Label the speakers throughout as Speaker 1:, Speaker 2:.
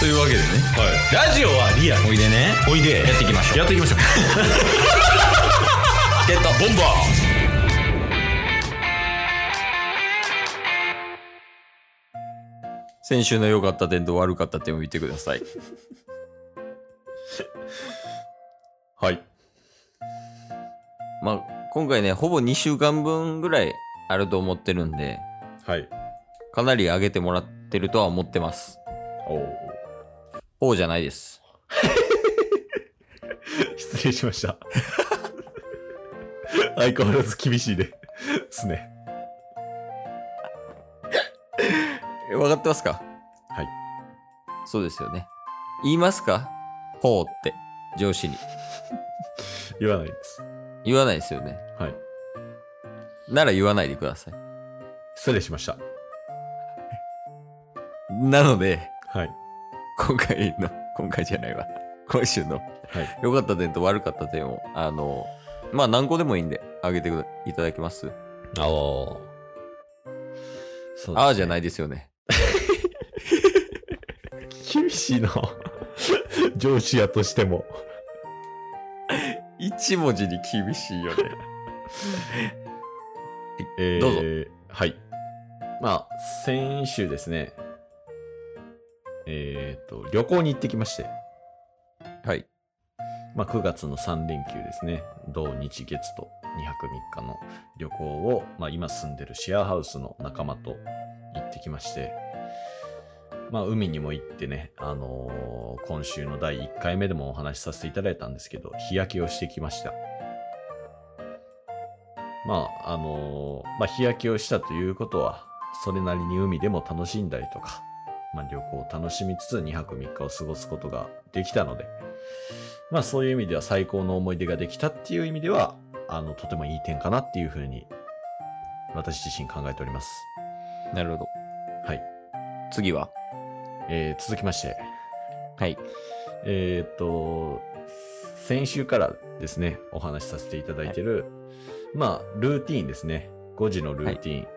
Speaker 1: というわけでね、ラジオはリアおいでね
Speaker 2: おいで
Speaker 1: やっていきましょう
Speaker 2: やって いきましょう
Speaker 1: ゲットボンバー先週の良かった点と悪かった点を言ってくださいはいまあ今回ねほぼ2週間分ぐらいあると思ってるんで
Speaker 2: はい
Speaker 1: かなり上げてもらってるとは思ってます
Speaker 2: おお
Speaker 1: ほうじゃないです
Speaker 2: 失礼しました相変わらず厳しいですね
Speaker 1: え分かってますか
Speaker 2: はい
Speaker 1: そうですよね言いますかほうって上司に
Speaker 2: 言わないです
Speaker 1: 言わないですよね
Speaker 2: はい
Speaker 1: なら言わないでください。
Speaker 2: 失礼しました
Speaker 1: なので、
Speaker 2: はい
Speaker 1: 今回の、今回じゃないわ。今週の
Speaker 2: はい
Speaker 1: 良かった点と悪かった点を、あの、まあ何個でもいいんで、あげてくだいただけます。
Speaker 2: ああそう
Speaker 1: ああじゃないいですよね。
Speaker 2: 厳しいな上司やとしても
Speaker 1: 一文字に厳し いよね。
Speaker 2: え
Speaker 1: どうぞ
Speaker 2: はい。まあ、先週ですね、えっ、と、旅行に行ってきまして、
Speaker 1: はい。
Speaker 2: まあ、9月の3連休ですね、土日月と2泊3日の旅行を、まあ、今住んでるシェアハウスの仲間と行ってきまして、まあ、海にも行ってね、あのー今週の第1回目でもお話しさせていただいたんですけど、日焼けをしてきました。まあ、あのーまあ、日焼けをしたということは、それなりに海でも楽しんだりとか、まあ、旅行を楽しみつつ2泊3日を過ごすことができたので、まあ、そういう意味では最高の思い出ができたっていう意味では、あの、とてもいい点かなっていうふうに、私自身考えております。
Speaker 1: なるほど。
Speaker 2: はい。
Speaker 1: 次は
Speaker 2: えー、続きまして、
Speaker 1: はい。
Speaker 2: えーっと、先週からですね、お話しさせていただいてる、まあ、ルーティーンですね。5時のルーティーン。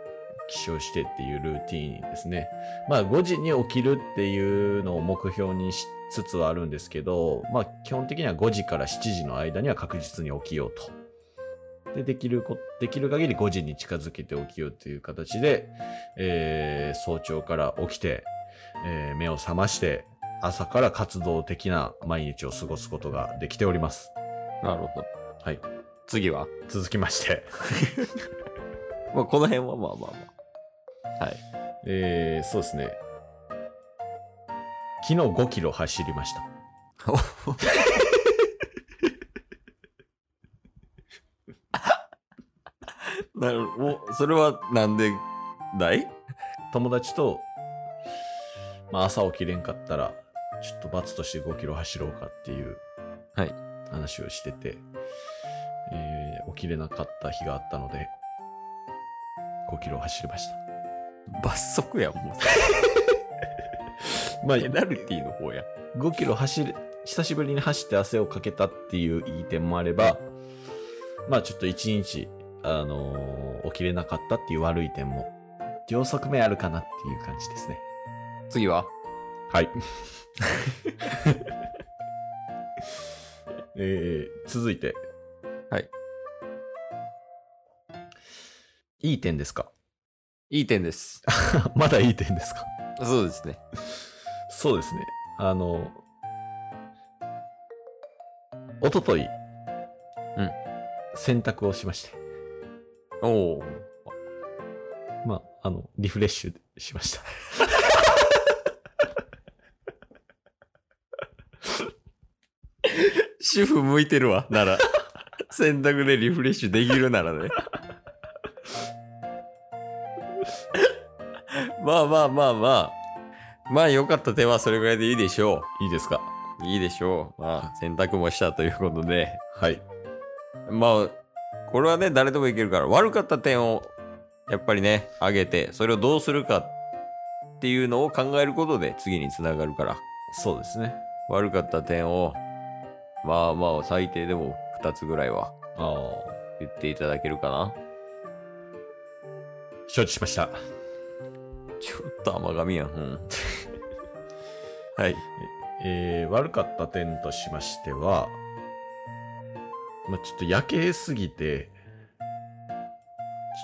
Speaker 2: 起床してっていうルーティーンですね。まあ、5時に起きるっていうのを目標にしつつはあるんですけど、まあ、基本的には5時から7時の間には確実に起きようと。で、できるこ、できる限り5時に近づけて起きようという形で、えー早朝から起きて、えー目を覚まして、朝から活動的な毎日を過ごすことができております。
Speaker 1: なるほど。
Speaker 2: はい。
Speaker 1: 次は、
Speaker 2: 続きまして、
Speaker 1: まあ、この辺はまあまあまあ。はい。
Speaker 2: えー、そうですね。昨日5キロ走りました。
Speaker 1: なるほど。おそれはなんでだい
Speaker 2: 友達と、まあ、朝起きれんかったら、ちょっと罰として5キロ走ろうかっていう
Speaker 1: はい
Speaker 2: 話をしてて、えー起きれなかった日があったので、5キロ走りました。
Speaker 1: 罰則やん、もう。
Speaker 2: まあ、
Speaker 1: ペナルティの方や。
Speaker 2: 5キロ走る、久しぶりに走って汗をかけたっていういい点もあれば、まあちょっと一日、あのー起きれなかったっていう悪い点も、両側面あるかなっていう感じですね。
Speaker 1: 次は
Speaker 2: はい。 えー、続いて。
Speaker 1: はい。
Speaker 2: いい点ですか
Speaker 1: いい点です。
Speaker 2: まだいい点ですか
Speaker 1: そうですね。
Speaker 2: そうですね。あの、おととい、
Speaker 1: うん。
Speaker 2: 洗濯をしまして。
Speaker 1: おお。
Speaker 2: まあ、あの、リフレッシュしました。
Speaker 1: 主婦向いてるわ、な ら。洗濯でリフレッシュできるな らね。まあまあまあまあ。まあ良かった点はそれぐらいでいいでしょ
Speaker 2: いいですか
Speaker 1: う。いいでしょう。まあ洗濯もしたということで。
Speaker 2: はい。
Speaker 1: まあ、これはね、誰でもいけるから、悪かった点をやっぱりね、上げて、それをどうするかっていうのを考えることで次につながるから。
Speaker 2: そうですね。
Speaker 1: 悪かった点をまあまあ最低でも2つぐらいは
Speaker 2: ああ、
Speaker 1: 言っていただけるかな
Speaker 2: 承知しました。
Speaker 1: ちょっと甘噛みやん、うん、 はい。
Speaker 2: えー悪かった点としましては、まあ、ちょっと夜景すぎて、ちょ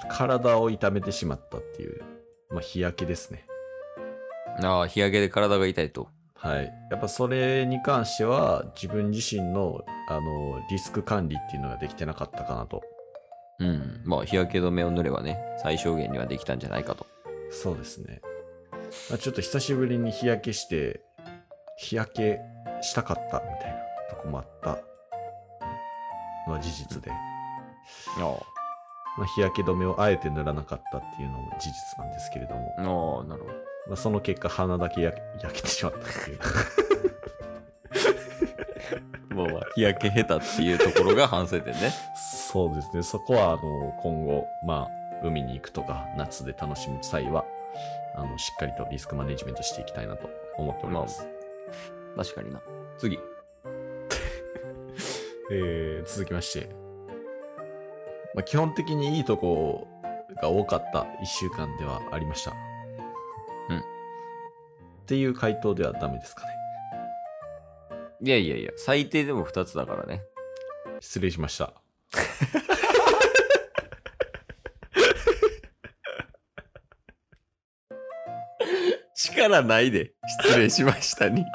Speaker 2: っと体を痛めてしまったっていう、まあ、日焼けですね。
Speaker 1: ああ、日焼けで体が痛いと。
Speaker 2: はい。やっぱそれに関しては、自分自身の、あの、リスク管理っていうのができてなかったかなと。
Speaker 1: うん。まあ、日焼け止めを塗ればね、最小限にはできたんじゃないかと。
Speaker 2: そうですね。まあ、ちょっと久しぶりに日焼けして、日焼けしたかったみたいなとこもあったのは事実で、
Speaker 1: あ
Speaker 2: まあ、日焼け止めをあえて塗らなかったっていうのも事実なんですけれども
Speaker 1: あ、、ああ、なるほど。
Speaker 2: まあ、その結果鼻だけ焼け焼けてしまったっていう。
Speaker 1: もう、日焼け下手っていうところが反省点ね。
Speaker 2: そうですね。そこは、あの、今後、まあ、海に行くとか、夏で楽しむ際は、あの、しっかりとリスクマネジメントしていきたいなと思っております。
Speaker 1: 確かにな。次。
Speaker 2: えー続きまして、まあ、基本的にいいとこが多かった1週間ではありました。
Speaker 1: うん
Speaker 2: っていう回答ではダメですかね。
Speaker 1: いやいやいや、最低でも2つだからね。
Speaker 2: 失礼しました。
Speaker 1: 力ないで。失礼しましたに。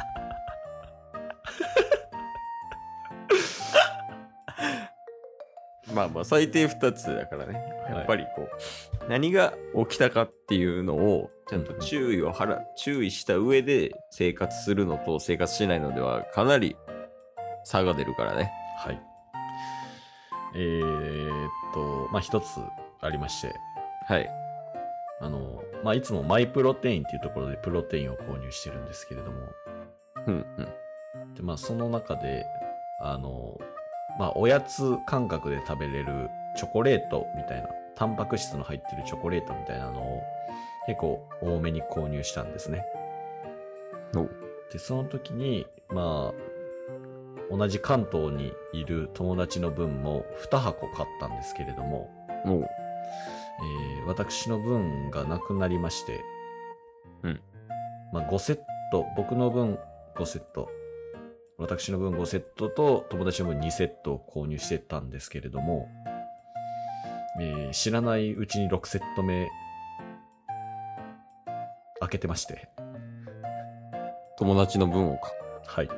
Speaker 1: まあまあ、最低2つだからね。やっぱりこう、何が起きたかっていうのを、ちゃんと注意を払、注意した上で生活するのと生活しないのでは、かなり差が出るからね。
Speaker 2: はい。えーっと、まあ、一つありまして、
Speaker 1: はい。
Speaker 2: あの、まあ、いつもマイプロテインっていうところでプロテインを購入してるんですけれども、
Speaker 1: うんうん。
Speaker 2: で、まあ、その中で、あの、まあ、おやつ感覚で食べれるチョコレートみたいな、タンパク質の入ってるチョコレートみたいなのを結構多めに購入したんですね。
Speaker 1: お
Speaker 2: で、その時に、まあ、同じ関東にいる友達の分も2箱買ったんですけれども、
Speaker 1: おう
Speaker 2: えー私の分がなくなりまして、
Speaker 1: うん。
Speaker 2: まあ、5セット、僕の分5セット、私の分5セットと友達の分2セットを購入してたんですけれども、えー知らないうちに6セット目、開けてまして、
Speaker 1: 友達の分をか。
Speaker 2: はい。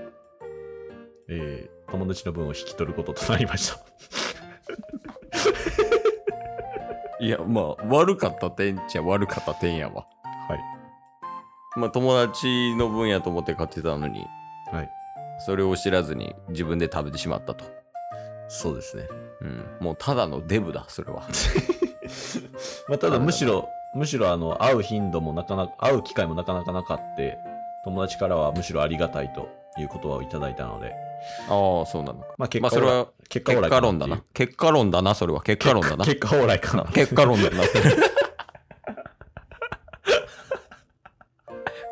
Speaker 2: えー友達の分を引き取ることとなりました。
Speaker 1: いや、まあ、悪かった点っちゃ悪かった点やわ。
Speaker 2: はい。
Speaker 1: まあ、友達の分やと思って買ってたのに、
Speaker 2: はい。
Speaker 1: それを知らずに自分で食べてしまったと。
Speaker 2: そうですね。
Speaker 1: うん。もうただのデブだ、それ は。
Speaker 2: まあ、ただむしろ、むしろあの、会う頻度もなかなか、会う機会もなかなかなかって、友達からはむしろありがたいという言葉をいただいたので、
Speaker 1: ああ、そうなのか。
Speaker 2: まあ結
Speaker 1: まあ、
Speaker 2: 果
Speaker 1: それは
Speaker 2: 結果
Speaker 1: 結
Speaker 2: オーライ
Speaker 1: 果
Speaker 2: かな
Speaker 1: 論
Speaker 2: って
Speaker 1: だ
Speaker 2: いう
Speaker 1: な。結果論だな、それは。結果論だな。
Speaker 2: 結果オーライかな。
Speaker 1: 結 果論だな。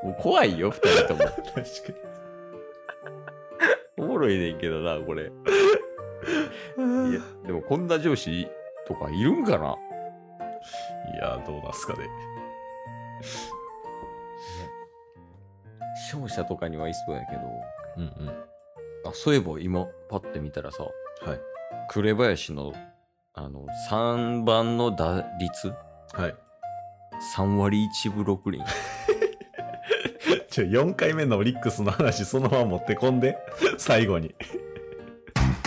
Speaker 1: もう怖いよ、二人とも。
Speaker 2: 確かに。
Speaker 1: おもろいねんけどな、これ。いや、でもこんな上司とかいるんかない
Speaker 2: やー、どうなんすかね。
Speaker 1: 勝者とかにはいそうやけど。
Speaker 2: うんうん。は
Speaker 1: あ、そういえば今、パッて見たらさ、
Speaker 2: い。
Speaker 1: 紅林の、あの、3番の打率
Speaker 2: はい。
Speaker 1: 3割1分6厘。
Speaker 2: ちょ、4回目のオリックスの話、そのまま持ってこんで、最後に。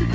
Speaker 3: す